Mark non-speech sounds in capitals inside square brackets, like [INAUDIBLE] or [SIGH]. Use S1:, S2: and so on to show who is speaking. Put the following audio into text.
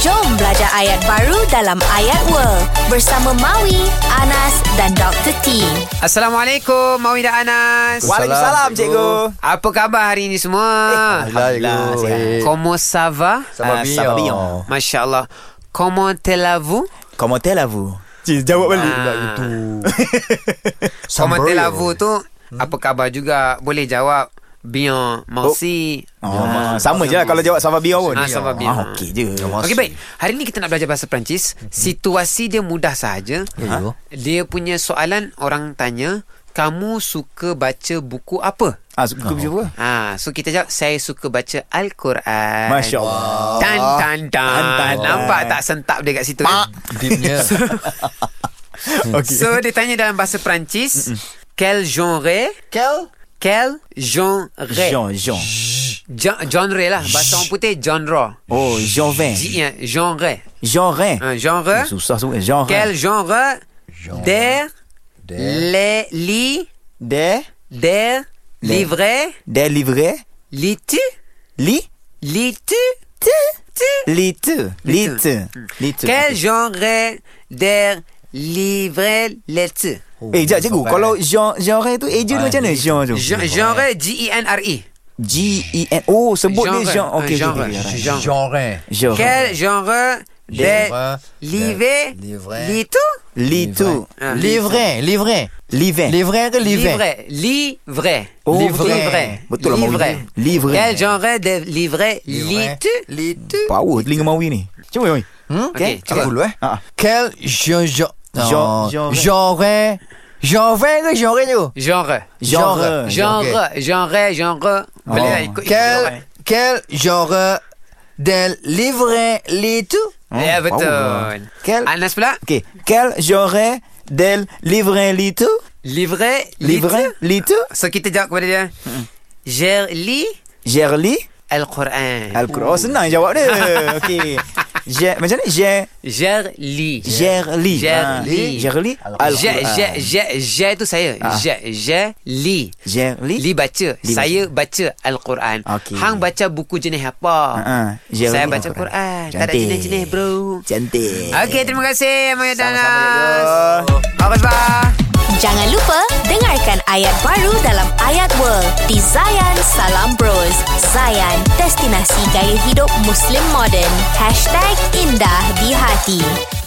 S1: Ada ayat baru dalam Ayat World bersama Maui, Anas dan Dr. T.
S2: Assalamualaikum Mawi dan Anas
S3: Waalaikumsalam, cikgu.
S2: Apa khabar hari ini semua?
S3: Alhamdulillah,
S2: Eh,
S3: cikgu.
S2: Como ça va?
S3: Sama
S2: Ah,
S3: bien.
S2: ça va bien. Masya Allah Comment allez-vous?
S3: Comment allez-vous? Cik, jawab balik.
S4: Ah.
S2: itu
S4: [LAUGHS]
S2: Comment allez-vous tu
S3: Hmm?
S2: Apa khabar juga Boleh jawab Bien, merci
S3: Ah, sama je lah kalau jawab Sava Bio pun.
S2: Ah, ça va bien.
S3: Ah, okey je.
S2: Okey baik. Hari ni kita nak belajar bahasa Perancis.
S3: Hmm.
S2: Situasi dia mudah sahaja.
S3: Ya,
S2: Ha? Dia punya soalan orang tanya, kamu suka baca buku apa?
S3: Ah, suka macam apa?
S2: Ha, so kita jawab saya suka baca Al-Quran.
S3: Masya Allah.
S2: Tan tan Ah. tan.
S3: Tan, tan, tan.
S2: Nampak tak sentap dia kat situ? eh? Pak.
S4: Deepnya
S3: Okey.
S2: So dia tanya dalam bahasa Perancis, quel genre?
S4: Kel
S2: Quel genre?
S3: Jean, Jean.
S2: Ja- genre lah bahasa orang putih genre.
S3: Oh, Jean Vin.
S2: Ji- ya, genre.
S3: Jean Rin.
S2: Ha, Eh. genre.
S3: Eh, Susah semua. Jean
S2: Quel
S3: Rin.
S2: genre? Der les li
S3: De,
S2: der livre
S3: delivré,
S2: litu
S3: li,
S2: litu
S3: lit, lit, lit.
S2: Quel genre der livre litu?
S3: Eh, jap cikgu. Kalau
S4: Oh,
S3: Jean Jean Rin tu, ejen macam mana Ah, Jean tu?
S2: Gen- Genre G E N R E.
S3: G E N. Oh, sebut dia Jean.
S2: Genre.
S3: Okey,
S2: Genre.
S3: okey, okey.
S2: Genre.
S4: Genre
S3: Jean.
S2: Quel genre der
S4: Livre.
S2: livre
S4: Livre.
S2: litu?
S3: Li tu.
S2: Ah.
S4: Livre Livre
S3: Livin.
S4: Livre ke livre
S2: Livre, livre.
S3: Oh,
S4: betul.
S2: livre.
S3: Betul lah, Mawi.
S2: livre.
S3: Livre.
S2: Quel genre de livre litu?
S4: Litu
S3: Power telinga Mawi ni. Cuba Mawi.
S4: Hmm
S2: Okey, cuba.
S4: Cakap dulu eh
S3: Ha.
S4: Kel Genre
S3: Genre.
S4: Genre Genre ke genre tu
S2: Genre.
S3: Genre.
S2: Genre, genre, genre. Boleh lah ikut
S4: Oh. Quel Quel genre Del livre Litu
S3: Oh,
S2: Ya, betul.
S3: power. Quel
S2: Anas pula.
S3: Okey, quel genre del livre litu?
S2: Livre,
S3: Livre
S2: litu.
S3: litu?
S2: So, kita jawab kepada dia. Je lis
S3: Jerli
S2: Al-Quran.
S3: Al-Quran. Oh, senang jawab
S2: [LAUGHS]
S3: dia. Okey. Je macam ni je
S2: Je lis.
S3: Jerli.
S2: Jerli.
S3: Jerli
S2: Je, je,
S3: Al-Quran.
S2: je, je tu saya.
S3: Ah.
S2: Je, je lis. Li
S3: Jerli.
S2: baca
S3: Li
S2: Saya baca Al-Quran
S3: Okey.
S2: Hang baca buku jenis apa
S3: Ha, ha. Jerli
S2: Saya baca Quran
S3: Al-Quran.
S2: Tak ada
S3: Cantik.
S2: jenis-jenis bro
S3: Cantik.
S2: Okey terima kasih Maya
S3: Sama-sama,
S2: Danas Apa sebab
S1: Jangan lupa dengarkan ayat baru dalam Ayat World di Zayan Salam Bros. Zayan, destinasi gaya hidup Muslim modern. #IndahDiHati